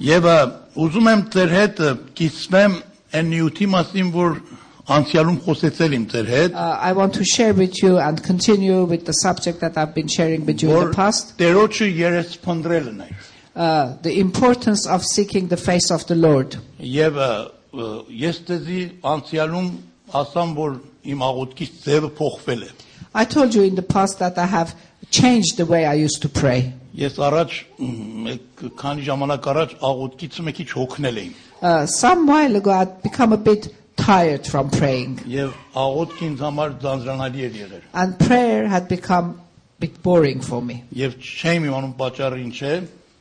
Եվ ուզում եմ ձեր հետ կիսվեմ այն նյութի մասին, որ անցյալում խոսեցել եմ ձեր հետ, Uh, I want to share with you and continue with the subject that I've been sharing with you in որ the past Տերոջը երեսփնդրելն էր։ uh, the importance of seeking the face of the Lord. Եվ ը, ը, ես դեզի անցյալում ասամ, որ իմ աղոթքի ձևը փոխվել է։ I told you in the past that I have changed the way I used to pray. Ես առաջ մ, մեկ քանի ժամանակ առաջ աղոթքից մեկիչ հոգնել էի։ Uh, some while ago, I'd become a bit tired from praying, Եվ աղոթքը ինձ համար ձանձրանալի էր եղել։ and prayer had become a bit boring for me. Եվ չեմ իմանում պատճառը ինչ է։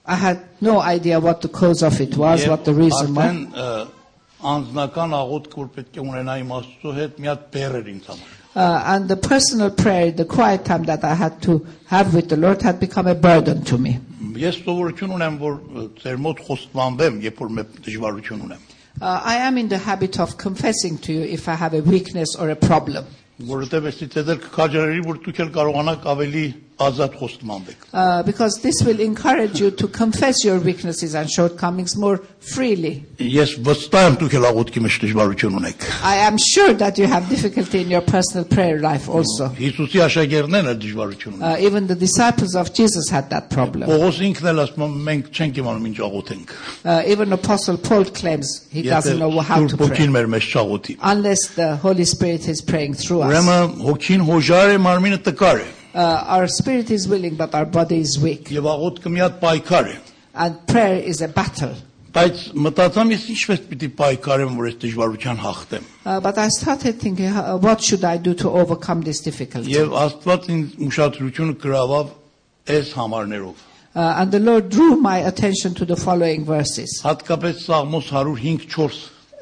I had no idea what the cause of it was, Եվ what the reason was. արդեն, ը, անձնական աղոթք որ պետք է ունենայի Աստծո հետ մի հատ բեռ էր ինձ համար։ Uh, and the personal prayer, the quiet time that I had to have with the Lord, had become a burden to me. Ես սովորություն ունեմ, որ ը, ձեր մոտ խոստովանվեմ, երբ որ մեկ դժվարություն ունեմ, Uh, I am in the habit of confessing to you if I have a weakness or a problem. որովհետև էստից դեր կքաջարերի, որ դուք էլ կարողանաք ավելի ազատ խոստովանվեք։ Uh, because this will encourage you to confess your weaknesses and shortcomings more freely. Ես վստահ եմ դուք էլ աղոթքի մեջ դժվարություն ունեք։ I am sure that you have difficulty in your personal prayer life also. Հիսուսի աշակերտները դժվարություն ունեն։ Uh, even the disciples of Jesus had that problem. Պողոս ինքն էլ ասում է մենք չենք իմանում ինչ աղոթենք։ Uh, even Apostle Paul claims he Եթե doesn't know how to Սուրբ pray Օքին մեր մեջ չաղոթի։ unless the Holy Spirit is praying through us. Uh, Ուրեմն հոգին հոժար է, մարմինը տկար է, our spirit is willing, but our body is weak. եւ աղոթքը մի հատ պայքար է։ And prayer is a battle. Բայց մտածամ ես ինչպես պիտի պայքարեմ, որ այս դժվարության հաղթեմ։ Uh, but I started thinking, uh, what should I do to overcome this difficulty? Եվ Աստված ինձ ուշադրությունը գրավավ այս համարներով։ Uh, and the Lord drew my attention to the following verses. Հատկապես Սաղմոս 105:4,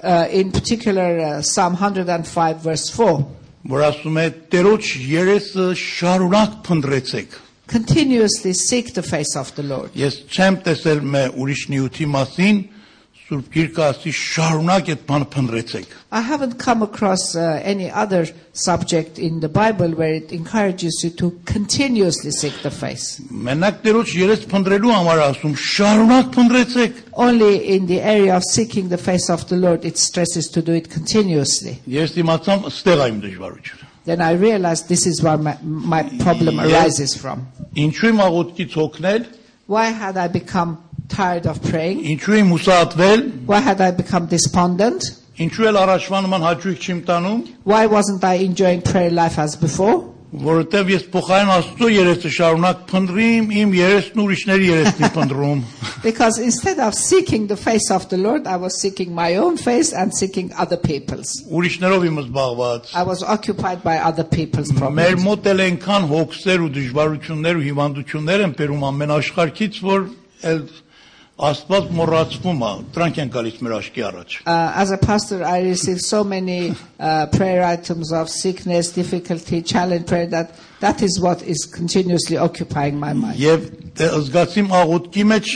Uh, in particular, uh, Psalm 105, verse 4. որ ասում է. «Տերոջ երեսը շարունակ փնտրեցեք»։ Continuously seek the face of the Lord. Ես չեմ տեսել մե ուրիշ նյութի մասին Սուրբ Գիրքը ասի շարունակ այդ բանը փնտրեցեք։ I haven't come across uh, any other subject in the Bible where it encourages you to continuously seek the face. Մենակ Տերոջ երես փնտրելու համար ասում շարունակ փնտրեցեք։ Only in the area of seeking the face of the Lord, it stresses to do it continuously. Ես իմացամ ստեղ այն դժվարությունը։ Then I realized this is where my, my problem Yes. arises from. Ինչու իմ աղոթքից հոգնել, Why had I become tired of praying? ինչու իմ հուսահատվել, Why had I become despondent? ինչու էլ առաջվա նման հաճույք չիմ տանում, Why wasn't I enjoying prayer life as before? որովհետև ես փոխարեն Աստծո երեսը շարունակ փնտրիմ, իմ երեսն ուրիշների երեսնի փնտրում։ Because instead of seeking the face of the Lord, I was seeking my own face and seeking other people's. Ուրիշներով իմ զբաղված։ I was occupied by other people's problems. Մեր մոտ էլ այնքան հոգսեր ու դժվարություններ ու հիվանդություններ են բերում ամեն աշխարհից, որ էլ Աստված մոռացվում է։ Դրանք են գալիս մեր աչքի առաջ։ Uh, as a pastor, I receive so many uh, prayer items of sickness, difficulty, challenge prayer that that is what is continuously occupying my mind. Եվ դե զգացիմ աղոթքի մեջ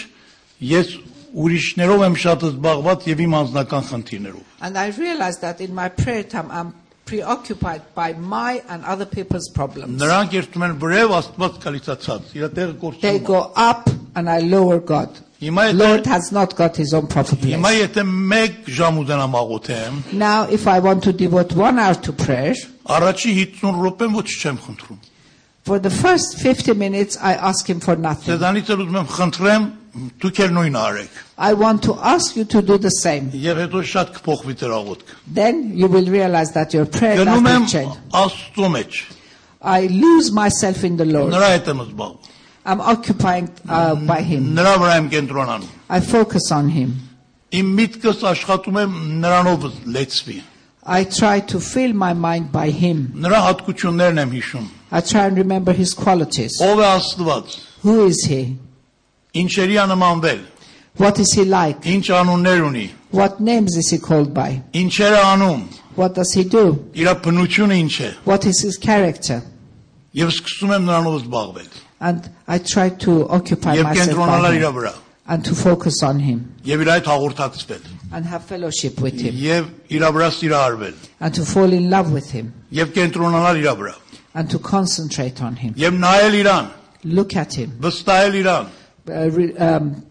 ես ուրիշներով եմ շատ զբաղված եւ իմ անձնական խնդիրներով։ And I realize that in my prayer time, I'm preoccupied by my and other people's problems. Նրանք երթում են վրև Աստված կալիցացած։ Իր տեղը They գործում։ է։ go up and I lower God. Հիմա եթե Lord has not got his own proper Հիմա place. եթե 1 ժամ ուզենամ աղոթեմ, Now, if I want to devote one hour to prayer, առաջի 50 րոպեն ոչ չեմ խնդրում։ for the first 50 minutes, I ask him for nothing. Սեզանից էլ ուզում եմ խնդրեմ, դուք էլ նույնը արեք։ I want to ask you to do the same. Եվ հետո շատ կփոխվի ձեր աղոթքը։ Then you will realize that your prayer life Գնում will եմ change. Աստծո մեջ։ I lose myself in the Lord. Նրա հետ եմ զբաղվում։ I'm occupied uh, by Him. Նրա վրա եմ կենտրոնանում։ I focus on Him. Իմ միտքս աշխատում է նրանով լեցվի։ I try to fill my mind by Him. Նրա հատկություններն եմ հիշում։ I try and remember His qualities. Ով է Աստված։ Who is He? Ինչերի է նմանվել։ What is He like? Ինչ անուններ ունի։ What names is He called by? Ինչեր է անում։ What does He do? Իր բնությունը ինչ է։ What is His character? Եվ սկսում եմ նրանով զբաղվել։ And I try to occupy Եվ myself by կենտրոնանալ իր Him վրա։ and to focus on Him եւ իր այդ հաղորդակցվել and have fellowship with Him եւ իր վրա սիրարվել and to fall in love with Him. եւ կենտրոնանալ իր վրա and to concentrate on Him. եւ նայել իրան Look at Him. վստահել իրան Uh, re- um,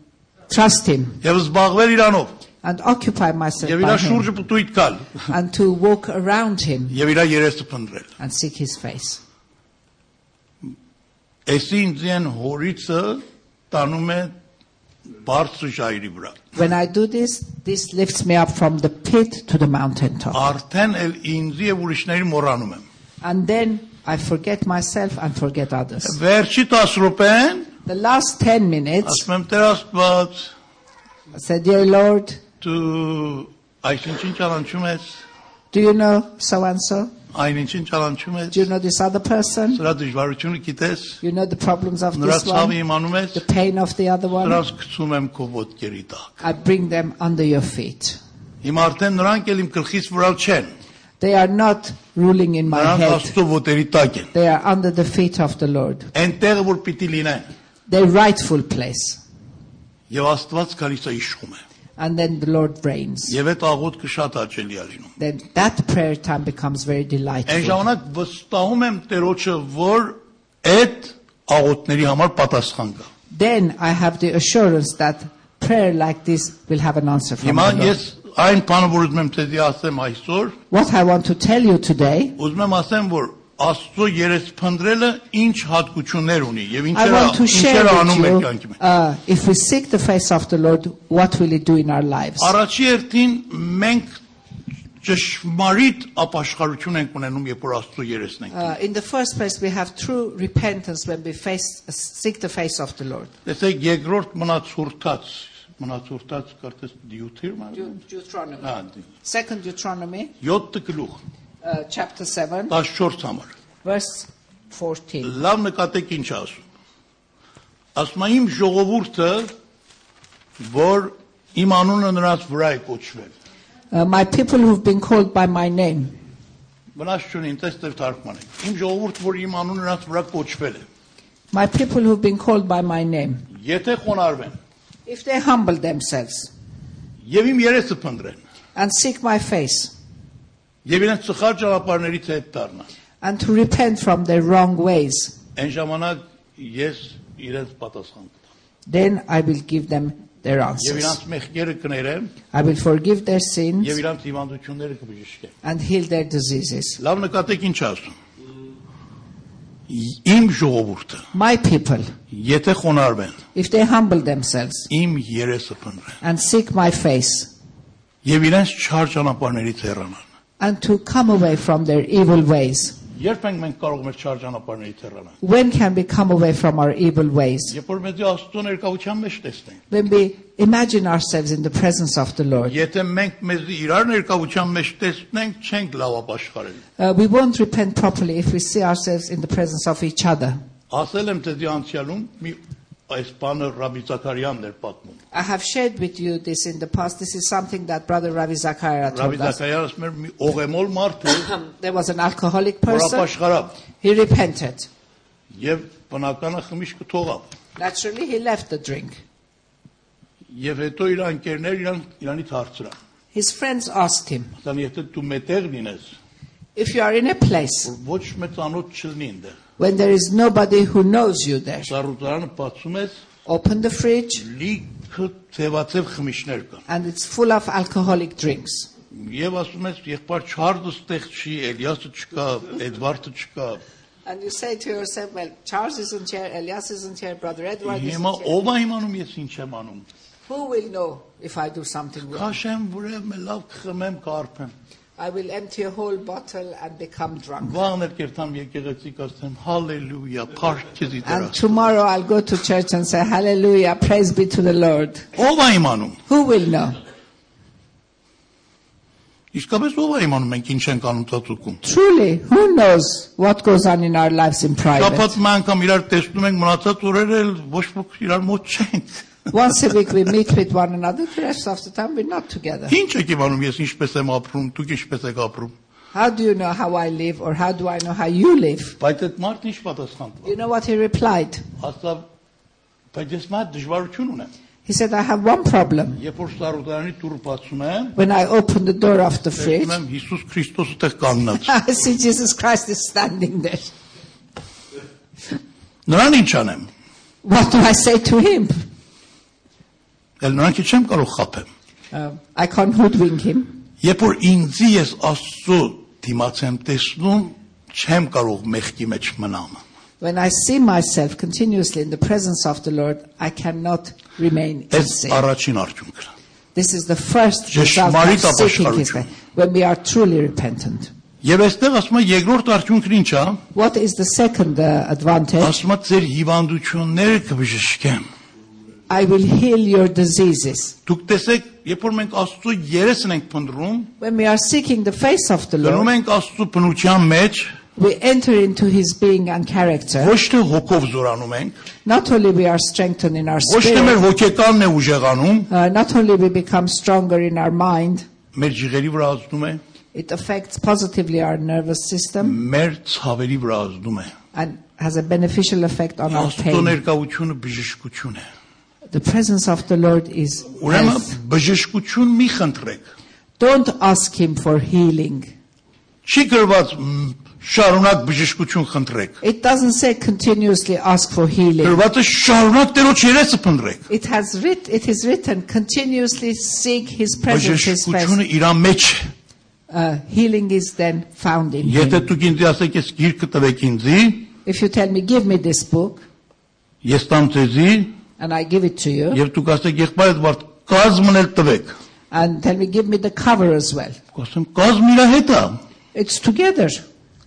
trust Him եւ զբաղվել իրանով and occupy myself եւ by իրա Him շուրջը պտույտ գալ and to walk around Him եւ իրա երեսը փնտրել։ and seek His face. Էսի ինձ են հորիցը տանում է բարձր շայրի վրա։ When I do this, this lifts me up from the pit to the mountaintop. Արդեն էլ ինձ եւ ուրիշների մոռանում եմ։ And then I forget myself and forget others. Վերջի 10 րոպեն The last 10 minutes, ասում եմ Տեր Աստված I said, Dear Lord, դու այսինչ ինչ առանջում ես, do you know so and so? այնինչ ինչ առանջում ես, Do you know this other person? սրա դժվարությունը գիտես, You know the problems of նրա this ցավը one, իմանում ես, the pain of the other one? նրանց գցում եմ քո ոտքերի տակ։ I bring them under your feet. Հիմա արդեն նրանք էլ իմ գլխից վրա չեն, They are not ruling in my նրանք head. աստծո ոտերի տակ են։ They are under the feet of the Lord. Այնտեղ որ պիտի լինեն, Their rightful place. եւ Աստված գալիս է իշխում է։ And then the Lord reigns. Եվ այդ աղոթքը շատ աճելի է լինում։ Then that prayer time becomes very Այն delightful. ժամանակ վստահում եմ Տերոջը, որ այդ աղոթների համար պատասխան կա։ Then I have the assurance that prayer like this will have an answer from Հիմա the Lord. ես այն բանը որ ուզում եմ դեզի ասեմ այսօր, What I want to tell you today, ուզում եմ ասեմ, որ Աստծո երեսփնդրելը ինչ հատկություններ ունի եւ I ինչեր ա- want to share ինչեր ա with անում մեր you, կյանքի մեջ։ uh, if we seek the face of the Lord, what will it do in our lives? Առաջի հերթին մենք ճշմարիտ ապաշխարություն ենք ունենում, երբ որ Աստծո երեսն ենք։ Uh, in the first place, we have true repentance when we face, uh, seek the face of the Lord. Տեսեք, երկրորդ մնաց հուրտած, մնաց հուրտած կարծես դյութիր մանը։ Deuteronomy. Հա, դի- Uh. Second Deuteronomy, 7 գլուխ, uh, chapter 7, 14 համար։ verse 14. Լավ նկատեք ինչ է ասում։ Ասում է իմ ժողովուրդը, որ իմ անունը նրանց վրա է կոչվել։ Uh, my people who've been called by my name. Վնաս չունին, տեստեր թարգմանեք։ Իմ ժողովուրդը, որ իմ անունը նրանց վրա կոչվել է։ My people who've been called by my name. Եթե խոնարհվեն If they humble themselves եւ իմ երեսը փնտրեն and seek my face եւ իրենց սխալ ճանապարհներից հետ դառնան, and to repent from their wrong ways, այն ժամանակ ես իրենց պատասխան կտամ։ then I will give them their Եվ answers. իրենց մեղքերը կներեմ I will forgive their sins եւ իրենց հիվանդությունները կբժշկեմ։ and heal their diseases. Լավ նկատեք ինչ է ասում։ Իմ ժողովուրդը, My people, եթե խոնարհվեն if they humble themselves իմ երեսը փնտրեն and seek my face եւ իրենց չար ճանապարհներից հեռանան։ and to come away from their evil ways, Երբ ենք մենք կարող մեր չար ճանապարհներից հեռանալ։ When can we come away from our evil ways? Երբ որ մենք Աստծո ներկայության մեջ տեսնենք, When we imagine ourselves in the presence of the Lord. եթե մենք մեզ իրար ներկայության մեջ տեսնենք, չենք լավ ապաշխարել։ Uh, we won't repent properly if we see ourselves in the presence of each other. Ասել եմ դեզի անցյալում մի այս բանը Ռաբի Զաքարյանն էր պատմում։ I have shared with you this in the past. This is something that Brother Ravi Zakaria told Ռաբի us. Um, Զաքարյանը ասում էր մի օղեմոլ մարդ էր, There was an alcoholic որ person. ապաշխարավ He repented. եւ բնականը խմիշ կթողավ։ Naturally, he left the drink. Եվ հետո իր անկերներ իրան իրանից հարցրան։ His friends asked him, Ասան եթե դու մետեղ լինես, If you are in a place որ ոչ մեծանոց չլինի այնտեղ։ when there is nobody who knows you there, Սառուտարանը բացում ես, open the fridge լիքը ծեվացև խմիչներ կան։ and it's full of alcoholic drinks. Եվ ասում ես, եղբայր Չարլզը ստեղ չի, Էլիասը չկա, Էդվարդը չկա։ And you say to yourself, well, Charles isn't here, Elias isn't here, Brother Edward Հիմա isn't here. ով է իմանում ես ինչ եմ անում։ Who will know if I do something wrong? Քաշեմ, որև մե լավ կխմեմ, կարփեմ։ I will empty a whole bottle and become drunk. Վաղն էլ կերտամ եկեղեցի կասեմ, հալելույա, փարքեզի And դրա։ tomorrow I'll go to church and say, Hallelujah, praise be to the Lord. Ով է իմանում։ Who will know? Իսկապես ով է իմանում մենք ինչ ենք անում ծածուկում։ Truly, who knows what goes on in our lives in private? Շաբաթ մի անգամ իրար տեսնում ենք, մնացած օրերը էլ ոչ ոք իրար մոտ չենք։ Once a week we meet with one another, the rest of the time we're not together. Ինչ եք իմանում ես ինչպես եմ ապրում, դուք ինչպես եք ապրում։ How do you know how I live or how do I know how you live? Բայց այդ մարդն ինչ պատասխան տվա։ You know what he replied? Ասավ, բայց ես մա դժվարություն ունեմ։ He said, I have one problem. Երբ որ սարուտարանի դուռը բացում եմ, When I open the door of the fridge, տեսնում եմ Հիսուս Քրիստոսը տեղ կանգնած։ I see Jesus Christ is standing there. Նրան ինչ անեմ։ What do I say to him? Էլ նրանք չեմ կարող խափեմ։ Uh, I can't hoodwink him. Երբ որ ինձի ես Աստծո դիմաց եմ տեսնում, չեմ կարող մեղքի մեջ մնամ։ When I see myself continuously in the presence of the Lord, I cannot remain in Այս sin. առաջին արդյունքն է։ This is the first Just result of Marita seeking His Paschalutschun. face, when we are truly repentant. Եվ այստեղ ասում է երկրորդ արդյունքն ի՞նչ է։ What is the second uh, advantage? Ասում է ձեր հիվանդությունները կբժշկեմ։ I will heal your diseases. Դուք տեսեք, երբ որ մենք Աստծո երեսն ենք փնտրում, When we are seeking the face of the գնում Lord, ենք Աստծո բնության մեջ, we enter into His being and character. ոչ թե հոգով զորանում ենք, Not only we are strengthened in our ոչ թե spirit, մեր հոգեկանն է ուժեղանում, uh, not only we become stronger in our mind, մեր ջիղերի վրա ազդում է, it affects positively our nervous system մեր ցավերի վրա ազդում է։ and has a beneficial effect on our Աստծո pain. ներկայությունը բժշկություն է։ The presence of the Lord is Ուրեմն health. բժշկություն մի խնդրեք։ Don't ask Him for healing. Չի գրված մ, շարունակ բժշկություն խնդրեք։ It doesn't say continuously ask for healing. Գրված է շարունակ Տերոջ երեսը փնտրեք։ It has writ it is written continuously seek his presence, his face. Բժշկությունը իրա մեջ։ է։ Uh, healing is then found in Եթե him. դուք ինձ ասեք, ես գիրքը տվեք ինձի, If you tell me, give me this book, ես տամ ձեզի, and I give it to you, եւ դուք ասեք, եղբայր Էդվարդ, կազմն էլ տվեք։ and tell me, give me the cover as well. Կասեմ, կազմ իրա հետ է։ It's together.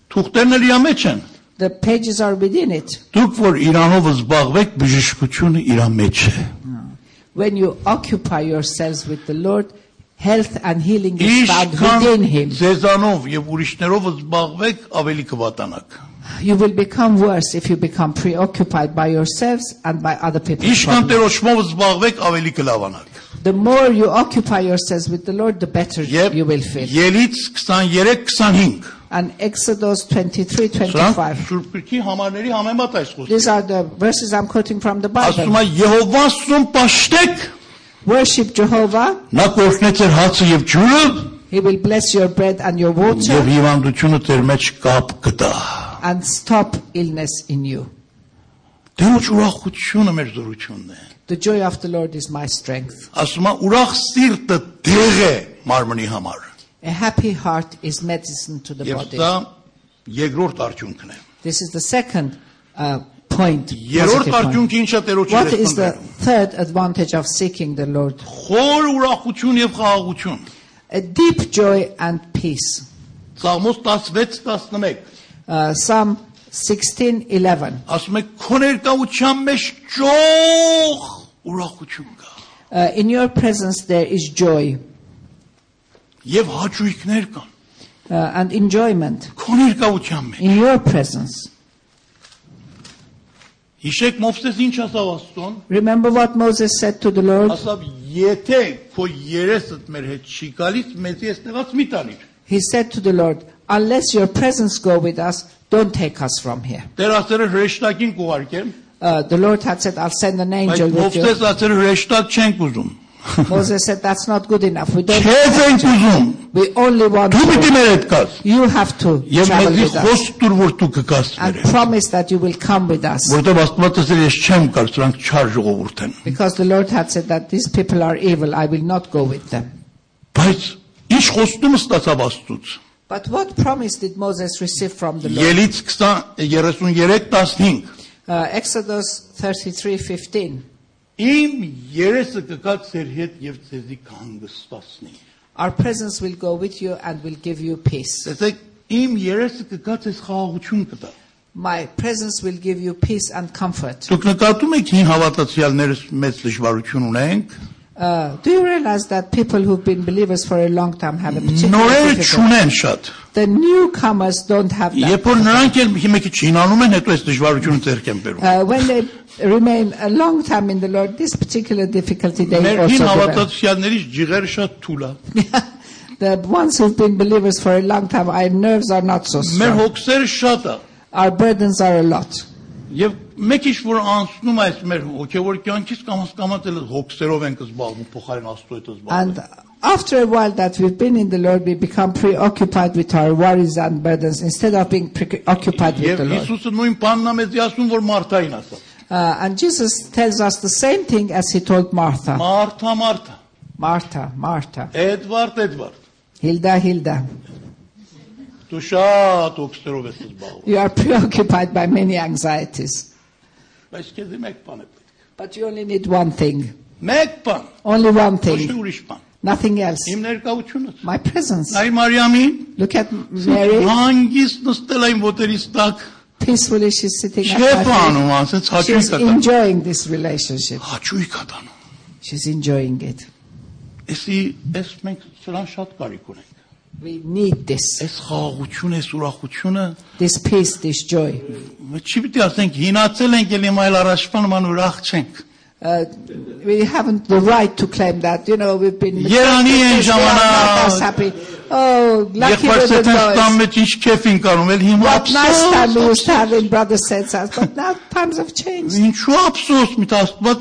Թուղթերն էլ իրա մեջ են։ The pages are within it. Դուք որ Իրանով զբաղվեք, բժշկությունը իրա մեջ է։ When you occupy yourselves with the Lord, health and healing is found within Իշքան him. ձեզանով եւ ուրիշներով զբաղվեք, ավելի կվատանաք։ You will become worse if you become preoccupied by yourselves and by other people's Իշքան problems. Տերոջմով զբաղվեք, ավելի կլավանաք։ The more you occupy yourselves with the Lord, the better Եվ you will feel. Ելից 23-25։ And Exodus 23, Սրանք 25. Սուրբ Գրքի համարների համեմատ այս խոսքը։ These are the verses I'm quoting from the Ասում Bible. է Եհովվան սուն պաշտեք, Worship Jehovah. նա կօրհնե ձեր հացը եւ ջուրը He will bless your bread and your եւ water հիվանդությունը ձեր մեջ կապ կտա։ and stop illness in you. Տերոջ Դե ուրախությունը մեր զորությունն է։ The joy of the Lord is my strength. Ասում է ուրախ սիրտը դեղ է մարմնի համար։ A happy heart is medicine to the Եվ body. դա երկրորդ արդյունքն է։ This is the second uh, point. positive Երրորդ point. արդյունքը ինչա Տերոջ What is the երեսը։ third advantage of seeking the Lord? Խոր ուրախություն եւ խաղաղություն։ A deep joy and peace. Ծաղմոս 16-11 Uh, Psalm 16:11. ասում է քո ներկայության մեջ ճող ուրախություն կա։ Uh, in your presence there is joy Եվ հաճույքներ կան uh, and enjoyment. քո ներկայության մեջ։ In your presence. Հիշեք Մովսես ինչ ասավ Աստծուն։ Remember what Moses said to the Lord. Ասավ, եթե քո երեսդ մեր հետ չի գալիս, մեզ ես նեղած մի տանիր։ He said to the Lord, "Unless your presence go with us, don't take us from here." Տեր ասել է հրեշտակին կուղարկեմ, Uh, the Lord had said, "I'll send an angel բայց with you." Մովսես ասել է հրեշտակ չենք ուզում։ Moses said, "That's not good enough. We don't. Քեզ ենք ուզում։ We only want Դու պիտի you. մեր հետ գաս։ You have to Եվ travel մեզի with us." խոստուր որ դու կգաս and մեր հետ։ promise that you will come with us. Որտեւ Աստված ասել է, ես չեմ կար, սրանք չար ժողովուրդ են։ Because the Lord had said that these people are evil, I will not go with them. Բայց ինչ խոստումը ստացավ Աստծուց։ But what promise did Moses receive from the Lord? Ելից 33:15 Uh, Exodus 33:15. Իմ երեսը կգա ձեր հետ եւ ձեզի կհանգստացնի։ Our presence will go with you and will give you peace. Տեսեք, իմ երեսը կգա ձեզ խաղաղություն կտա։ My presence will give you peace and comfort. Դուք նկատում եք հին հավատացյալներս մեծ դժվարություն ունենք։ Uh, do you realize that people who've been believers for a long time have a particular Նորերը difficulty? չունեն շատ։ The newcomers don't have that. Երբ որ նրանք էլ մի քիչ հինանում են, հետո այս դժվարությունը ձեռք են բերում։ Uh, when they remain a long time in the Lord, this particular difficulty they Մեր also հին develop. հավատացյալներից ջիղերը շատ թուլ է։ the ones who've been believers for a long time, our nerves are not so Մեր strong. հոգսերը շատ է։ Our burdens are a lot. Եվ մեկ ինչ որ անցնում է այս մեր հոգևոր կյանքից կամ հասկանալ էլ հոգսերով ենք զբաղվում փոխարեն Աստծո հետ զբաղվում։ And after a while that we've been in the Lord, we become preoccupied with our worries and burdens instead of being preoccupied with Եվ the Lord. Հիսուսը նույն բանն է մեզի ասում, որ Մարթային ասա։ Uh, and Jesus tells us the same thing as he told Martha. Մարտա, մարտա, Martha, Martha. Էդվարդ, Էդվարդ։ Hilda, Hilda. Դու շատ օքսերով ես զբաղվում, You are preoccupied by many anxieties. բայց քեզ մեկ բան է պետք։ But you only need one thing. Մեկ բան, Only one ոչ թե thing. ուրիշ բան։ Nothing else. Իմ ներկայությունս։ My presence. Նայ Մարիամին, Look at Mary. հանգիստ նստել այն ոտերից տակ, Peacefully she's sitting at չեփ my անում, ասես feet. She's հաճույք ատանում։ enjoying this relationship. Հաճույք ատանում։ She's enjoying it. Էսի, էս մենք սրան շատ կարիք ունենք։ We need this. Էս խաղաղությունը, էս ուրախությունը, This peace, this joy. մ- չի պիտի ասենք հինացել ենք ելի մայլ առաջվա նման ուրախ չենք։ Uh, we haven't the right to claim that. You know, we've been. Երանի են We are not as ժամանակ։ happy. Oh, lucky little Եղբայրս տան boys. մեջ ինչ քեֆ են կանում, էլ հիմա What nice time we ափսոս։ used to have in Brother Sensas, but now times have changed. Ինչու ափսոս, մի աստված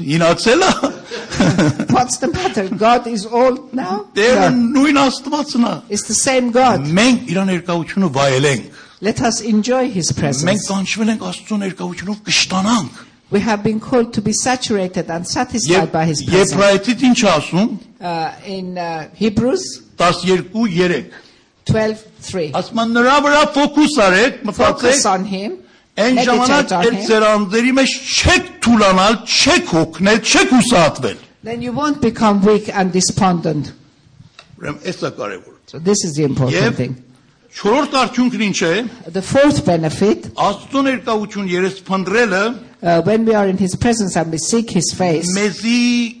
հինացել է։ What's the matter? God is old now? Դերը No. նույն աստվածն է։ It's the same God. Մենք իր ներկայությունը վայելենք։ Let us enjoy His Մենք presence. կանչվել ենք Աստծո ներկայությունով կշտանանք։ We have been called to be saturated and satisfied by His Եվ presence. Եբրայեցիդ ինչ ասում Uh, in uh, Hebrews 12:3 twelve three, ասում է նրա վրա ֆոկուս արեք, Focus մտածեք, on Him. այն Meditate ժամանակ on այդ him. ծերանձերի մեջ չեք թուլանալ, չեք հոգնել, չեք հուսահատվել։ Then you won't become weak and despondent. Ուրեմն էսա կարևորը։ So this is the important Եվ thing. չորրորդ արդյունքն ինչ է։ The fourth benefit, Աստծո ներկայություն երեսփնտրելը uh, when we are in His presence and we seek His face, մեզի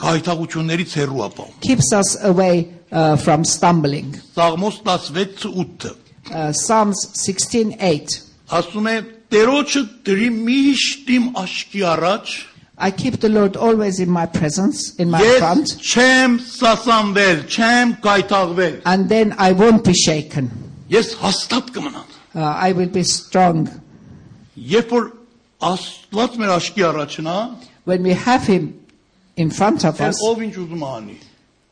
գայթակղություններից հեռու ապահում։ keeps us away uh, from stumbling. Սաղմոս 16:8-ը Uh, Psalms 16:8. ասում է. «Տերոջը դրի միշտ իմ աշկի առաջ, I keep the Lord always in my presence, in my Ես front, չեմ սասանվել, չեմ կայթաղվել։ and then I won't be shaken. Ես հաստատ կմնամ։ Uh, I will be strong. Երբ որ Աստված մեր աշկի առաջնա, When we have Him in front of դեռ us, ով ինչ ուզում է անի,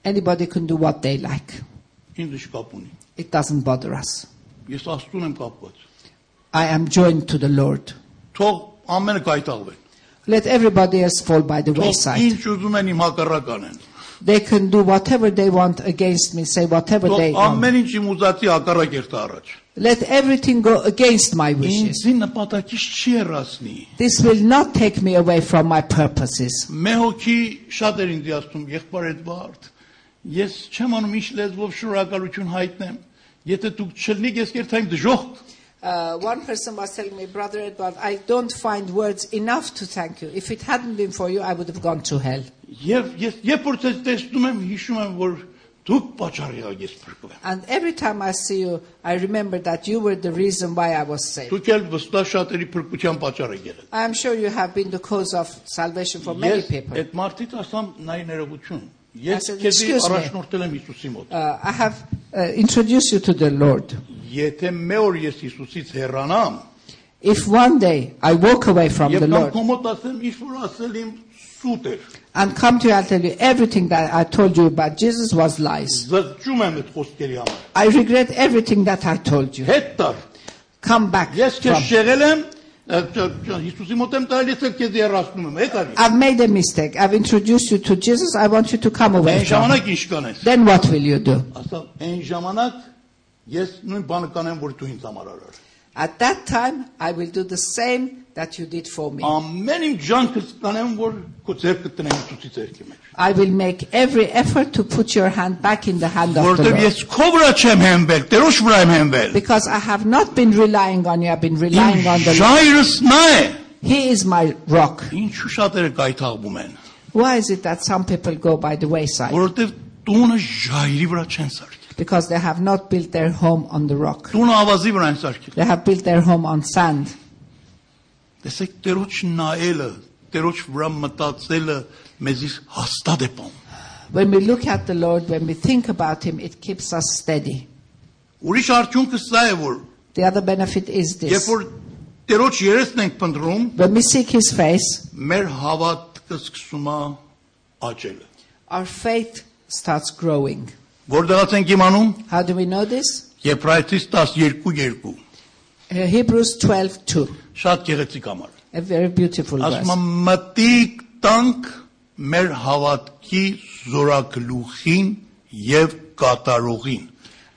anybody can do what they like. ինձ ի՞նչ կապ ունի։ It doesn't bother us. Ես Աստուն եմ կապված։ I am joined to the Lord. Թող ամենը կայթաղվեն։ Let everybody else fall by the Թող wayside. ինչ ուզում են իմ հակառակ անեն։ They can do whatever they want against me, say whatever they Թող want. ամեն ինչ իմ ուզածի հակառակ երթա առաջ։ Let everything go against my wishes. Ինձի նպատակից չի հեռացնի։ This will not take me away from my purposes. Մե հոգի շատ էր ինձ ասում, եղբայր Էդվարդ, ես չեմ անում ինչ լեզվով շնորհակալություն հայտնեմ։ Եթե դուք չլնիք, ես կերթայինք դժոխք։ Uh, one person was telling me, Brother Edward, I don't find words enough to thank you. If it hadn't been for you, I would have gone to hell. Եվ ես երբ որ ցես տեսնում եմ, հիշում եմ, որ դուք պատճառ եղաք ես փրկվեմ։ And every time I see you, I remember that you were the reason why I was saved. Դուք էլ վստահ շատերի փրկության պատճառը եղել։ I am sure you have been the cause of salvation for many Ես people. այդ մարդից ասամ նայ ներողություն։ I Ես said, քեզ "Excuse me." առաջնորդել եմ Հիսուսի մոտ։ Uh, I have uh, introduced you to the Lord. Եթե մի օր ես Հիսուսից հեռանամ, If one day I walk away from եւ the կամ Lord կոմոտ ասեմ, ինչ որ ասել իմ սուտ էր։ and come to you and tell you everything that I told you about Jesus was lies, Զղջում եմ այդ խոսքերի համար։ I regret everything that I told you. Հետ տար։ Come back. Ես from- քեզ շեղել եմ, ա, չ- չ- Հիսուսի մոտ եմ տալիս, էլ քեզ հեռացնում եմ, հետ արի։ I've made a mistake. I've introduced you to Jesus. I want you to come away. Այն From. me. ժամանակ ինչ կանես։ Then what will you do? Ասա այն ժամանակ ես նույն բանը կանեմ, որ դու ինձ համար արար։ At that time, I will do the same that you did for me. Ամեն իմ ջանքս կանեմ, որ քո ձեռքը տնեմ Հիսուսի ձեռքի մեջ։ I will make every effort to put your hand back in the hand of the Որտեւ Lord. ես քո վրա չեմ հենվել, Տերոջ վրա եմ հենվել։ Because I have not been relying on you, I've been relying on Իմ the Lord. Ժայրս նա է։ He is my rock. Ինչու շատերը գայթաղվում են, Why is it that some people go by the wayside? որովհետև տունը ժայրի վրա չեն սարքել։ Because they have not built their home on the rock. Տունը ավազի վրա են սարքել։ They have built their home on sand. Տեսեք Տերոջ նայելը, Տերոջ վրա մտածելը մեզի հաստատ է բան։ When we look at the Lord, when we think about Him, it keeps us steady. Ուրիշ արդյունքը սա է, որ The other benefit is this. երբ որ Տերոջ երեսն ենք փնտրում, When we seek his face, մեր հավատքը սկսում է աճել։ our faith starts growing. Որտեղից ենք իմանում։ How do we know this? Եբրայեցիս 12:2։ Uh, Hebrews 12:2. Շատ գեղեցիկ համար։ a very beautiful verse. Ասում եմ մտիկ տանք մեր հավատքի զորակլուխին եւ կատարողին։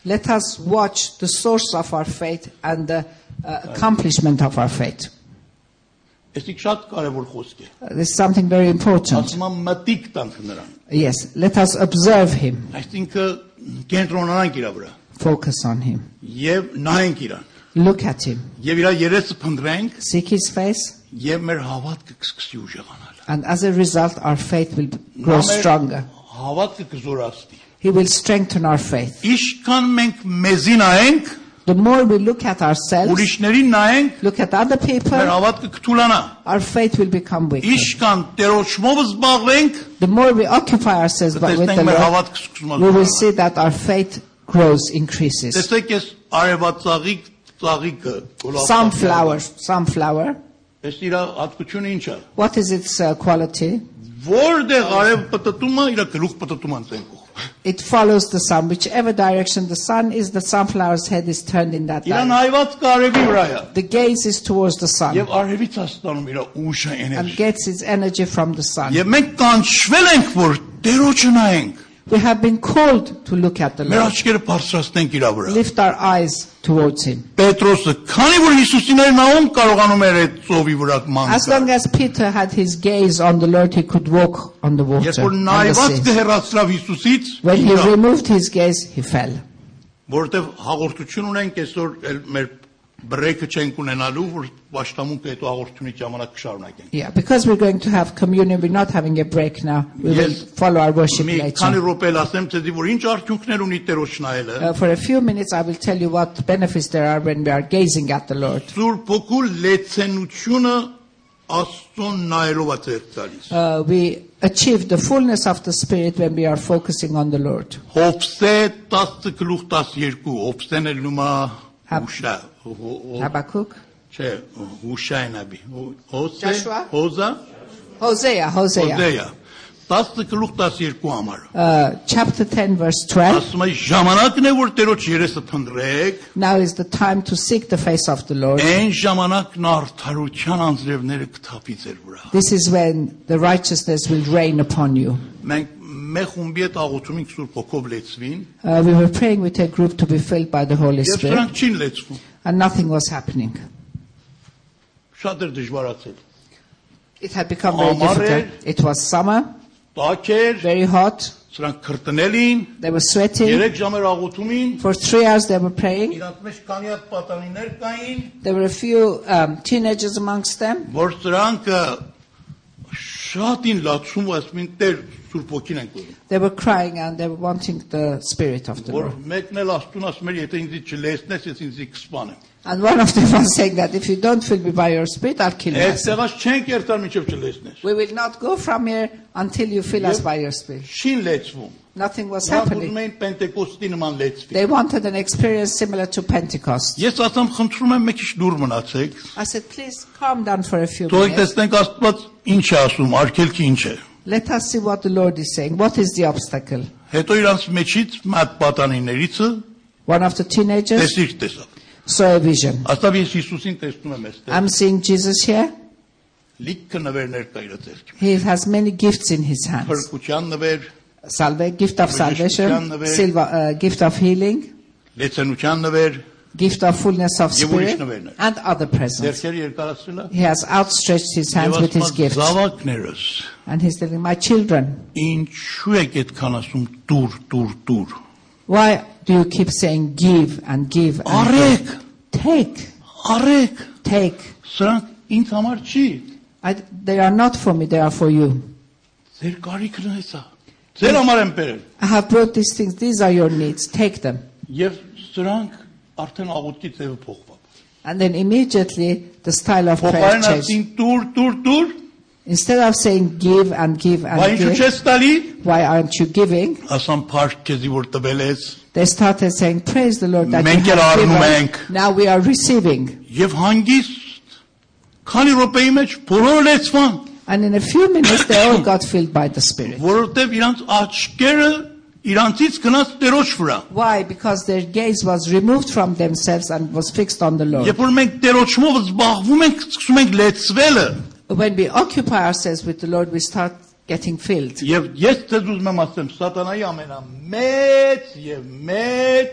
Let us watch the source of our faith and the uh, accomplishment of our faith. Էստիկ շատ կարեւոր խոսք է։ Uh, This is something very important. Ասում եմ մտիկ տանք նրան։ Yes, let us observe him, Այսինքն կենտրոնանանք իր վրա focus on him, եւ նայենք իրան look at him, եւ իր երեսը փնտրենք seek his face, եւ մեր հավատքը կսկսի ուժեղանալ։ and as a result, our faith will grow Նա մեր stronger. Հավատքը կզորացնի։ He will strengthen our faith. Ինչքան մենք մեզի նայենք, The more we look at ourselves, ուրիշներին նայենք, look at other մեր people, հավատքը կթուլանա։ our faith will become weaker. Ինչքան Տերոջմովը զբաղվենք, The more we occupy ourselves by- with Տեսնենք the մեր Lord, հավատքը սկսում է we will see that our faith grows, increases. Տեսեք այս արևածաղիկ ծաղիկը գոլա Sunflower, sunflower. Այս իր հատկությունը ի՞նչ է։ What is its uh, quality? Որտեղ արև պտտումը իր գլուխ պտտում անցնենք։ It follows the sun. Whichever direction the sun is, the sunflower's head is turned in that Իրան direction. հայվածքը արևի վրա է։ The gaze is towards the sun Եվ արևից է ստանում իր ուժը and էներգիա։ gets its energy from the sun. Եվ մենք կանչվել ենք, որ Տերոջը նայենք։ We have been called to look at the Մեր Lord, աչքերը բարձրացնենք իր վրա։ lift our eyes towards Him. Պետրոսը, քանի որ Հիսուսին էր նայում, կարողանում էր այդ ծովի վրա As մանկալ։ long as Peter had his gaze on the Lord, he could walk on the water. Երբ որ on the sea. նայվածքը հեռացավ Հիսուսից, When he իրա- removed his gaze, he fell. որովհետև հաղորդություն ունենք այսօր էլ մեր բրեքը չենք ունենալու որ աշտամունքը հետո հաղորդումի ժամանակ կշարունակենք Yeah, because we're going to have communion, we're not having a break now. We will Yes. follow our worship մի քանի later. րոպե ասեմ ցեզի որ ինչ արդյունքներ ունի Տերոջ նայելը Uh, for a few minutes, I will tell you what benefits there are when we are gazing at the Lord. Սուրբ ոգու լեցենությունը Աստծուն նայելով է ձեռք տալիս Uh, we achieve the fullness of the Spirit when we are focusing on the Lord. Հովսե 10 գլուխ 12 Հովսեն էլ նոմա Հապ- հուշա հո- հո- Habakkuk? չէ հուշայնաբի հոսե Ճաշուա։ հոզա Hosea, Hosea. հոզեյա 10 գլուխ 12 համարը Uh, chapter 10, verse 12. Ասում է ժամանակն է որ Տերոջ երեսը փնտրեք, Now is the time to seek the face of the Lord. այն ժամանակն արդարության անձրևները կթափի ձեր վրա։ This is when the righteousness will rain upon you. Մենք մեխումբի հետ աղոթում ենք Սուրբ Հոգով լեցվին, Uh, we were praying with a group to be filled by the Holy եւ Spirit, նրանք չին լեցվում։ and nothing was happening. Շատ էր դժվարացել։ It had become very Ամառ էր։ difficult. It was summer, Տաք էր, very hot. սրանք քրտնելին, They were sweating. 3 ժամեր աղոթումին, For three hours, they were praying. իրանք մեջ քանի հատ պատանիներ կային, There were a few um, teenagers amongst them. որ սրանք շատին լացում ասում են Տեր Սուրբ Հոգին ենք ուզում։ They were crying and they were wanting the spirit of the Որ Lord. մեկն էլ Աստուն ասում էր, եթե ինձ չլեսնես, ես ինձ կսպանեմ։ And one of them was saying that if you don't fill me by your spirit, I'll kill you. Այստեղից չեն կերտար միջև չլեսնես։ We will not go from here until you fill us by your spirit. Շին լեցվում։ Nothing was Նրանք happening. ուզում էին Պենտեկոստի նման լեցվի։ They wanted an experience similar to Pentecost. Ես ասամ խնդրում եմ մի քիչ դուր մնացեք։ I said, please calm down for a few Թող minutes. տեսնենք Աստված ինչ է ասում, արգելքի ինչ է։ Let us see what the Lord is saying. What is the obstacle? Հետո իրանց մեջից մի հատ պատանիներիցը One of the teenagers տեսիկ տեսավ։ saw a vision. Աստավ ես Հիսուսին տեսնում եմ այստեղ։ I'm seeing Jesus here. Լիքը նվերներ կա իր ձեռքում։ He has many gifts in his hands. Փրկության նվեր, Salve, gift of salvation, Բժշկության նվեր։ silver, uh, gift of healing, լեցենության նվեր, gift of fullness of Եվ ուրիշ spirit, նվերներ։ and other presents. ձեռքերը երկարացրելա։ He has outstretched his hands with his gifts, զավակներս, and he's telling my children, ինչու եք այդքան ասում դուր, դուր, դուր։ why do you keep saying give and give and give? Արեք, Take, արեք, take. սրանք ինձ համար չի, I, they are not for me, they are for you. ձեր կարիքն է սա։ Ձեր համար եմ բերել։ I have brought these things, these are your needs, take them. Եվ սրանք արդեն աղոթքի ձևը փոխվա։ And then immediately the style of prayer Փոխարեն changed. ասին դուր, դուր, դուր, Instead of saying give and give բա and ինչու give, չես տալի։ why aren't you giving? Ասան փարք քեզի որ տվել ես։ They started saying, praise the Lord that Մենք you էլ have առնում given. ենք։ Now we are receiving. Եվ հանգիստ քանի րոպեի մեջ բոլորը լեցվան, And in a few minutes, they all got filled by the Spirit. որովհետև իրանց աչքերը Իրանցից գնաց Տերոջ վրա։ Why? Because their gaze was removed from themselves and was fixed on the Lord. Երբ որ մենք Տերոջով զբաղվում ենք, սկսում ենք լեցվելը, When we occupy ourselves with the Lord, we start getting filled. եւ ես ձեզ ուզում եմ ասեմ, սատանայի ամենամեծ եւ մեծ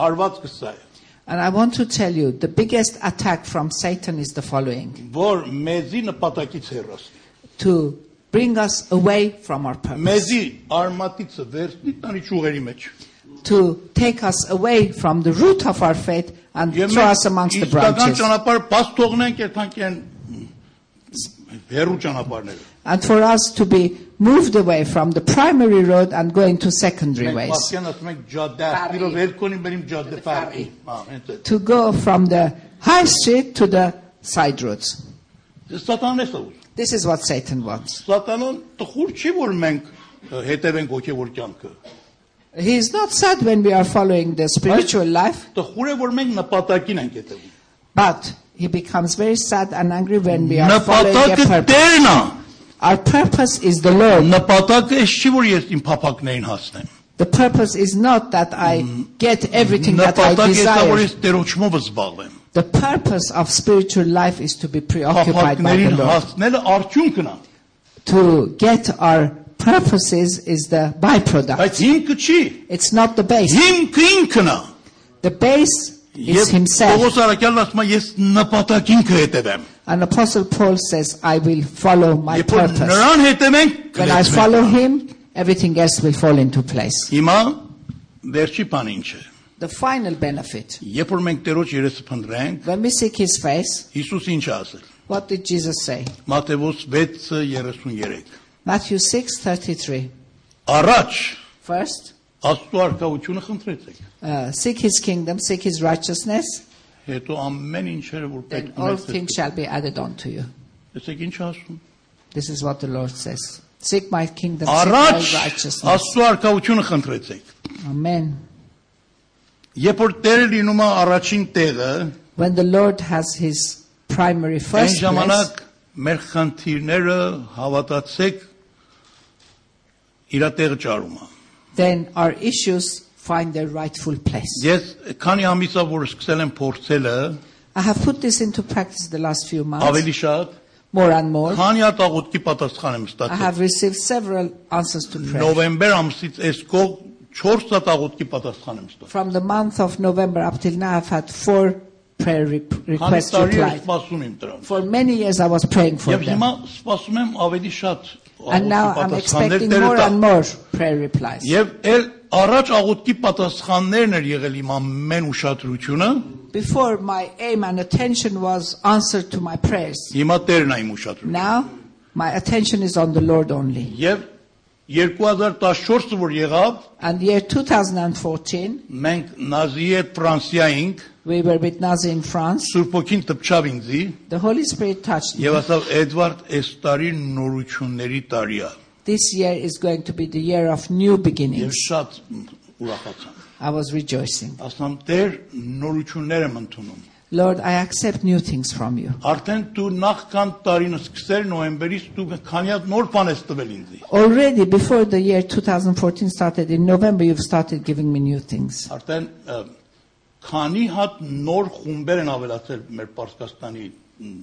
հարվածքը սա է, And I want to tell you, the biggest attack from Satan is the following որ մեզի նպատակից հեռացնի։ to bring us away from our purpose, Մեզի արմատիցը վերցնի տանի ճյուղերի մեջ։ to take us away from the root of our faith and Եվ throw us amongst the իսկական branches. ճանապարհ բաց թողնենք երբանք այն հերու ճանապարհները։ And for us to be moved away from the primary road and go into secondary Մենք ways. Պարսկյան ասում ենք ջադա, իրով երկոնի բերիմ ջադա ֆարի։ Հա, հենց այդ։ To go from the high street to the side roads. Սատանան Դե է սա ուզում։ This is what Satan wants. Սատանան տխուր չի որ մենք ը, հետևենք հոգևոր կյանքը։ He is not sad when we are following the spiritual life. Տխուր է որ մենք նպատակին ենք հետևում։ But he becomes very sad and angry when we are following a Նպատակը purpose. Տերն է։ Our purpose is the Lord. Նպատակը ես չի որ ես իմ փափակներին հասնեմ։ The purpose is not that I get everything that I Նպատակը ես որ desire. ես Տերոջմով զբաղվեմ։ The purpose of spiritual life is to be preoccupied by the Փափակներին Lord. հասնելը արդյունքն է։ To get our purposes is the byproduct. Բայց հիմքը չի։ It's not the base. Հիմքը ինքն է։ The base is himself. Պողոս Արաքյանն ասում է ես նպատակին կհետևեմ։ And Apostle Paul says, I will follow my Երբ որ purpose. նրան հետևենք, When I կլեզվենք։ follow him, everything else will fall into place. Հիմա վերջի բան ինչ է։ The final benefit. Երբ որ մենք Տերոջ երեսը փնտրենք, When we seek his face, Հիսուս ինչ է ասել։ What did Jesus say? Մատթեոս 6:33։ Matthew 6:33. Առաջ First, Աստծո արքայությունը խնդրեցեք, uh, seek his kingdom, seek his righteousness, հետո ամեն ինչերը որ then պետք all ունեցեք։ things shall be added unto you. Տեսեք ինչ է ասում։ This is what the Lord says. Seek my kingdom, seek my Առաջ righteousness. Աստծո արքայությունը խնդրեցեք։ Amen. Երբ որ Տերը լինում է առաջին տեղը, When the Lord has his primary այն first place, ժամանակ մեր խնդիրները հավատացեք իր տեղը ճարում է։ then our issues find their rightful place. Ես քանի ամիսա որ սկսել եմ փորձելը, I have put this into practice the last few months, ավելի շատ more and more. քանի հատ աղոթքի պատասխան եմ I ստացել։ have received several answers to prayer. Նովեմբեր ամսից այս կող 4 հատ աղոթքի պատասխան եմ ստացել։ From the month of November up till now, I've had four prayer re- Քանի requests տարի եմ replied. սպասում իմ դրան։ For many years, I was praying for Եվ հիմա them. սպասում եմ ավելի շատ And աղոթքի now I'm պատասխաններ expecting Տերը more տա։ and more prayer replies. Եվ էլ առաջ աղոթքի պատասխաններն էր եղել իմ ամեն ուշադրությունը, Before, my aim and attention was answer to my prayers. հիմա Տերն է իմ ուշադրությունը։ Now, my attention is on the Lord only. Եվ 2014-ը որ եղավ, And year 2014, մենք Նազիի հետ Ֆրանսիայինք, we were with Nazi in France. Սուրբ ոգին տպչավ ինձի The Holy Spirit touched me. եւ ասավ Էդվարդ, այս տարի նորությունների տարի է։ This year is going to be the year of new Եվ beginnings. շատ ուրախացան։ I was rejoicing. Ասում Տեր, նորություններ եմ ընդունում։ Lord, I accept new things from you. Արդեն դու նախքան տարին սկսել նոեմբերից դու քանի հատ նոր բան ես տվել ինձի։ Already before the year 2014 started, in November, you've started giving me new things. Արդեն ը, քանի հատ նոր խումբեր են ավելացել մեր Պարսկաստանի մ,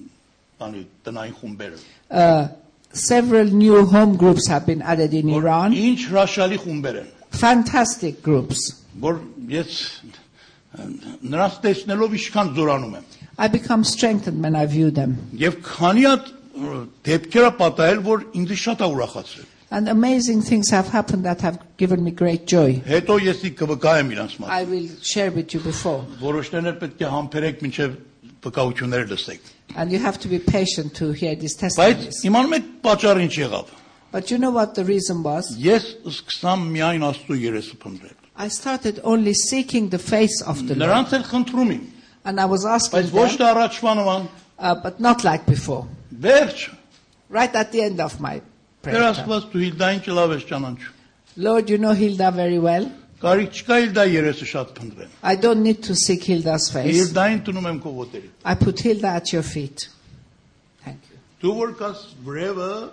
բանի տնային խումբերը։ Uh, several new home groups have been added in որ Iran. Ինչ հրաշալի խումբեր են, Fantastic groups. որ ես նրանց տեսնելով իշքան զորանում եմ։ I become strengthened when I view them. Եվ քանի հատ ը, դեպքեր է պատահել, որ ինձ շատ է ուրախացրել։ And amazing things have happened that have given me great joy. Հետո ես ի կվկայեմ իրանց I մասին։ will share with you before. Որոշները պետք է համբերեք մինչև վկայությունները լսեք։ And you have to be patient to hear these Բայց testimonies. իմանում եք պատճառը ինչ եղավ։ But you know what the reason was? Ես սկսամ միայն Աստծո երեսը փնտրել։ I started only seeking the face of the Lord. Նրանց էլ խնդրում եմ, And I was asking բայց ոչ them, թե առաջվա նման, uh, but not like before. վերջ։ Right at the end of my Տեր prayer. time. Աստված դու հիլդային չլավ ես ճանաչում։ Lord, you know Hilda very well. Կարիք չկա հիլդա երեսը շատ փնտրել։ I don't need to seek Hilda's Ես face. դա ընդունում եմ քո ոտերի։ I put Hilda at your feet. Thank you. Դու որ կաս վրևը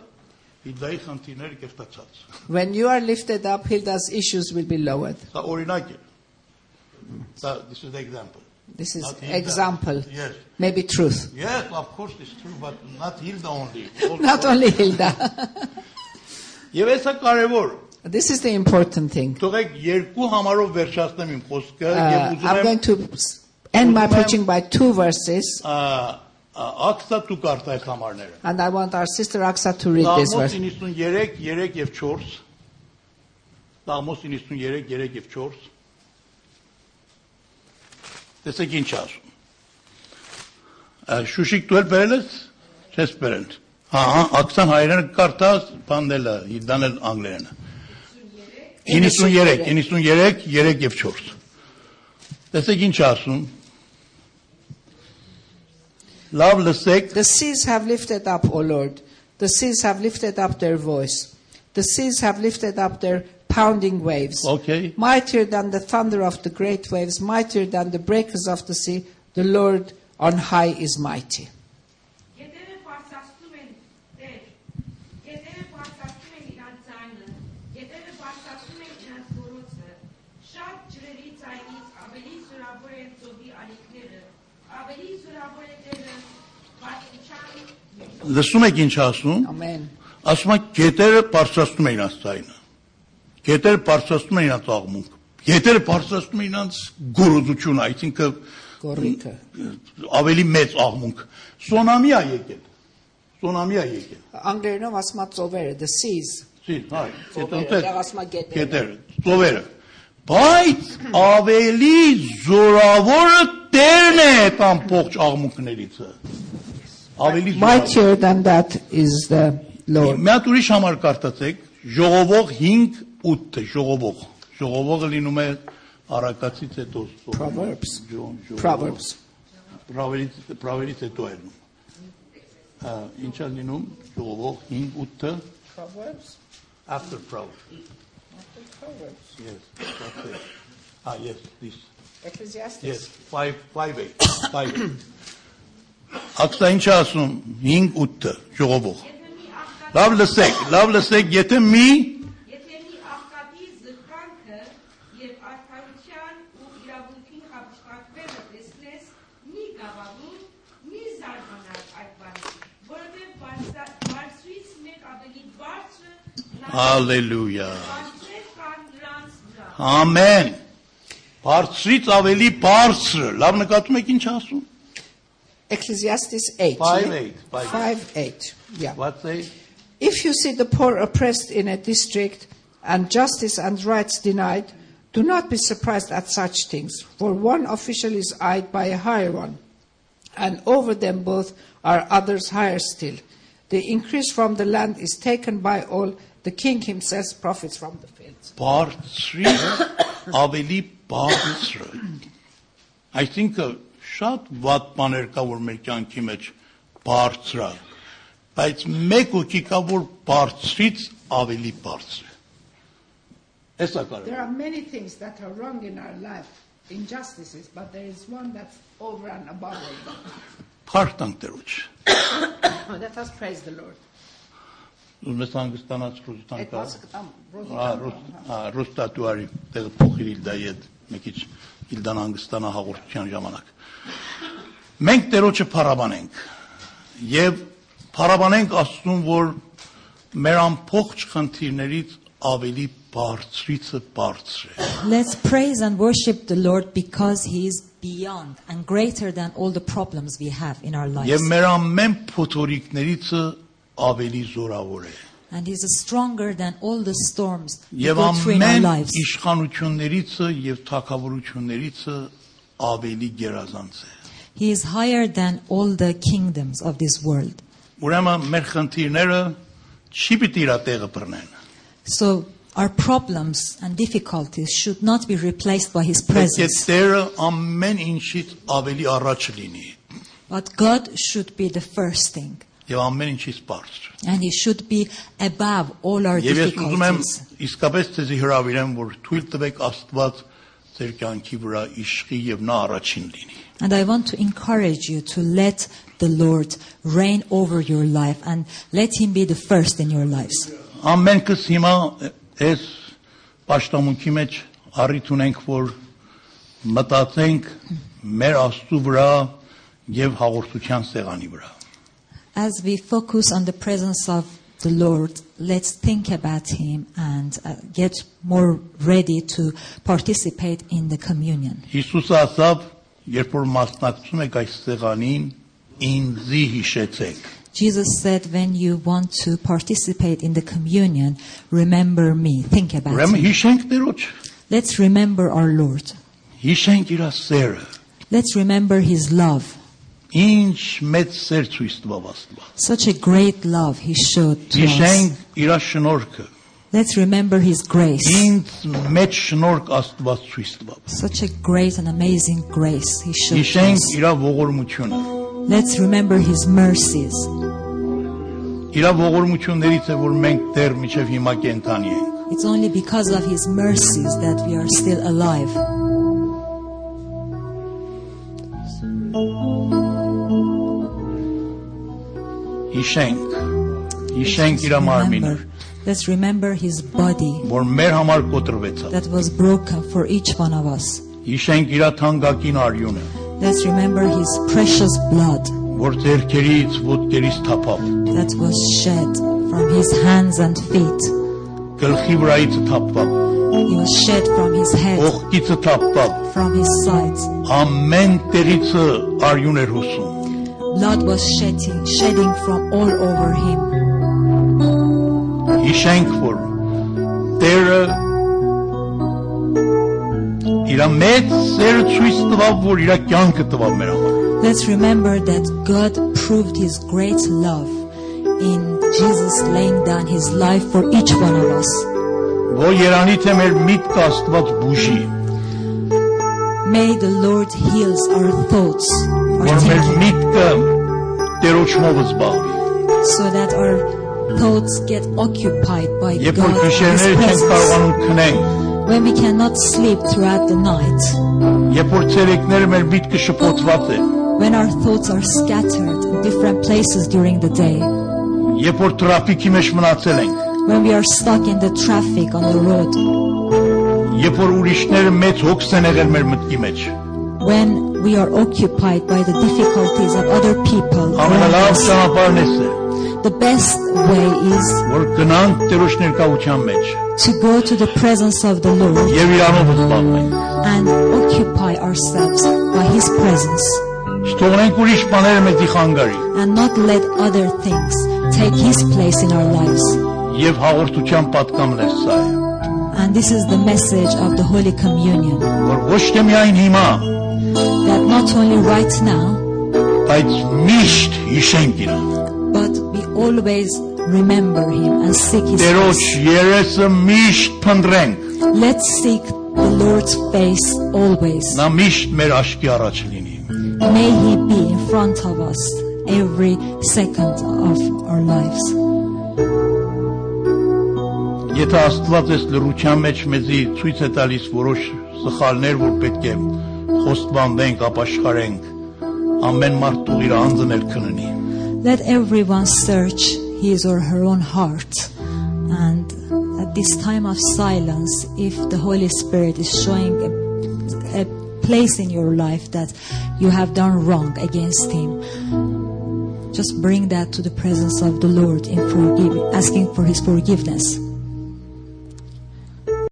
Հիդայի խնդիրները կերտացած։ When you are lifted up, Hilda's issues will be lowered. Սա օրինակ է։ Սա this is the example. This is Not Hilda. example, Yes. maybe truth. Yes, of course it's true, but not Hilda only. Not only Hilda. Եվ այսա կարևոր։ this is the important thing. Թողեք երկու համարով վերջացնեմ իմ խոսքը եւ Uh, ուզում եմ I'm going to s- end my Uzunem- preaching by two verses, ա, ա, ակսա դու կարտ այս համարները։ and I want our sister Aksa to read this Սաղմոս verse. 93 3 եւ 4 Սաղմոս 93 3 եւ 4 Տեսեք ինչ ասում։ Ա, Շուշիկ դու էլ բերել ես։ Չես բերել։ Հա, հա, ակսան հայերեն կարտած բանդելա, իդանել անգլերեն։ 93 93 3 եւ 4 Տեսեք ինչ ասում։ Լավ լսեք The seas have lifted up, O Lord. The seas have lifted up their voice. The seas have lifted up their pounding waves. Okay. Mightier than the thunder of the great waves, mightier than the breakers of the sea, the Lord on high is mighty. Գետերը բարձրացնում են Տեր։ Գետերը բարձրացնում են իրանց ձայնը։ Գետերը բարձրացնում են իրանց գորոցը։ Շատ ջրերի ձայնից ավելի զորավոր են ծովի ալիքները։ Ավելի զորավոր է Տերը բարձրության լսում եք ինչ ասում։ Amen. Ասում է գետերը բարձրացնում են իրաց ցայնը։ Գետերը բարձրացնում են իրաց աղմուկ։ Գետերը բարձրացնում են իրաց գորոզությունը, այսինքն Գորիկը։ ավելի մեծ աղմուկ։ Սոնամի է եկել։ Սոնամի է եկել։ Անգլերենով ասում է ծովերը, the seas. Սին, հա, Ծովերը, դեռ ասում է գետերը։ Գետերը, ծովերը։ Բայց ավելի զորավորը Տերն է այդ ամբողջ աղմուկներիցը։ Ավելի զորավոր։ Mightier than that is the Lord. Մի հատ ուրիշ համար կարտացեք, ժողովող 5-8-ը, ժողովող։ Ժողովողը լինում է արակացից հետո սո- Proverbs. ժո- ժողովող։ Proverbs. Proverbs, Proverbs հետո է։ Ա, Ինչ է լինում ժողովող 5-8-ը Proverbs. after Proverbs։ Yes, that's it. Ah, yes, this. Yes, 5 5-8, 5-8։ Ակսա ինչ է ասում 5-8-ը, ժողովող։ Եթե մի աղքատ Լավ լսեք, լավ լսեք, եթե մի Եթե մի աղքատի զրկանքը եւ արքայության ու իրավունքին հապշտակվելը տեսնես, մի գավանում, մի զարմանալ այդ բանից, որովհետեւ բարձր- բարձրից մեկ ավելի բարձր լավ հալելույա։ բարձր կան նրանց վրա։ Ամեն։ Բարձրից ավելի բարձր։ Լավ նկատում եք ինչ ասում։ Ecclesiastes 8. Five, yeah? eight, five, 5 8. Yeah. What's a If you see the poor oppressed in a district and justice and rights denied, do not be surprised at such things, for one official is eyed by a higher one, and over them both are others higher still. The increase from the land is taken by all, the king himself profits from the fields. բարձրից ավելի բարձր։ Այսինքն շատ ված բաներ կա որ մեր կյանքի մեջ բարձր է։ Բայց մեկ ուքի կա որ բարձրից ավելի բարձր։ է։ Էս է կարևորը։ There are many things that are wrong in our life, injustices, but there is one that's over and above all. Փարք տանք Տերոջ։ Oh, Let us praise the Lord. Ուզում ես հանգստանալ, հուզտան կա։ um, Ա, ռուս- Amen. ա, ռուս տատուարի տեղը փոխիր իլդայի հետ մի քիչ իլդան հանգստանա հաղորդության ժամանակ մենք Տերոջը փառաբանենք եւ փառաբանենք Աստծուն որ մեր ամբողջ խնդիրներից ավելի բարձրիցը բարձր է Let's praise and worship the Lord because He is beyond and greater than all the problems we have in our lives. եւ մեր ամեն փոթորիկներիցը ավելի զորավոր է And He's stronger than all the storms we եւ go through in our ամեն lives. իշխանություններիցը եւ թակավորություններիցը ավելի գերազանց է He is higher than all the kingdoms of this world. Ուրեմն մեր խնդիրները չի պիտի իր տեղը բռնեն։ So our problems and difficulties should not be replaced by His Պետք է presence, Տերը ամեն ինչից ավելի առաջ լինի but God should be the first thing. եւ ամեն ինչից բարձր։ And He should be above all our Եվ ես ուզում եմ difficulties. իսկապես ցեզի հրավիրեմ, որ թույլ տվեք Աստված ձեր կյանքի վրա իշխի եւ նա առաջին լինի։ And I want to encourage you to let the Lord reign over your life and let Him be the first in your lives. Ամենքս հիմա այս աշտամունքի մեջ առիթ ունենք, որ մտածենք մեր Աստծո վրա եւ հաղորդության սեղանի վրա։ As we focus on the presence of the Lord, let's think about Him and uh, get more ready to participate in the communion. Հիսուսը ասավ, երբ որ մասնակցում եք այս սեղանին, ինձի հիշեցեք։ Jesus said, When you want to participate in the communion, remember me. Think about Ուրեմն me. հիշենք Տերոջ, Let's remember our Lord. հիշենք իր սերը։ Let's remember His love. Ինչ մեծ սեր ցույց տվավ Աստված։ Such a great love He showed to us. Հիշենք իր շնորհքը։ Let's remember His grace. Ինձ մեծ շնորհք Աստված ցույց տվավ։ Such a great and amazing grace He showed to Հիշենք us. իր ողորմությունը։ Let's remember His mercies. Իր ողորմություններից է որ մենք դեռ միջև հիմա կենթանի ենք։ It's only because of His mercies that we are still alive. Հիշենք։ Հիշենք իր մարմինը, Remember. Let's remember His body որ մեր համար կոտրվեցավ։ that was broken for each one of us. Հիշենք իր թանկագին արյունը, Let's remember His precious blood որ ձերքերից, ոտքերից թափավ, that was shed from His hands and feet. գլխի վրայից թափավ, It was shed from His head, ողքից թափավ, from His sides. ամեն տեղից արյուն էր հոսում։ Blood was shedding, shedding from all over Him. Հիշենք, որ Տերը իր մեծ սերը ցույց տվավ, որ իր կյանքը տվավ մեր համար։ Let's remember that God proved His great love in Jesus laying down His life for each one of us. Որ Երանի թե մեր միտքը Աստված բուժի, May the Lord heals our thoughts, our որ մեր thinking, միտքը Տերոջմով զբաղվի։ so that our thoughts get occupied by Երբ որ God. and His գիշերները չենք presence. կարողանում քնել, when we cannot sleep throughout the night, երբ որ ցերեկները մեր միտքը շփոթված է, when our thoughts are scattered in different places during the day, երբ որ տրաֆիկի մեջ մնացել ենք, when we are stuck in the traffic on the road, երբ որ ուրիշները մեծ հոգս են եղել մեր մտքի մեջ, when we are occupied by the difficulties of other people. around ամենալավ us. ճանապարհն էս է, The best way is որ գնանք Տերոջ ներկայության մեջ to go to the presence of the Lord եւ Իրանով զբաղվենք։ and occupy ourselves by His presence. Չթողնենք ուրիշ բաները մեզի խանգարի and not let other things take his place in our lives. եւ հաղորդության պատկամն է սա, է, And this is the message of the Holy Communion որ ոչ թե միայն հիմա, that not only right now, բայց միշտ հիշենք իրան։ but we always remember him and seek his Տերոջ face. երեսը միշտ փնտրենք, Let's seek the Lord's face always. նա միշտ մեր աչքի առաջ լինի։ May he be in front of us every second of our lives. Եթե Աստված այս լրության մեջ մեզի ցույց է տալիս որոշ սխալներ, որ պետք է խոստանանք, ապաշխարենք, ամեն մարդու իր անձն էլ քննի։ Let everyone search his or her own heart. And at this time of silence, if the Holy Spirit is showing a, a place in your life that you have done wrong against Him, just bring that to the presence of the Lord in forgive, asking for His forgiveness.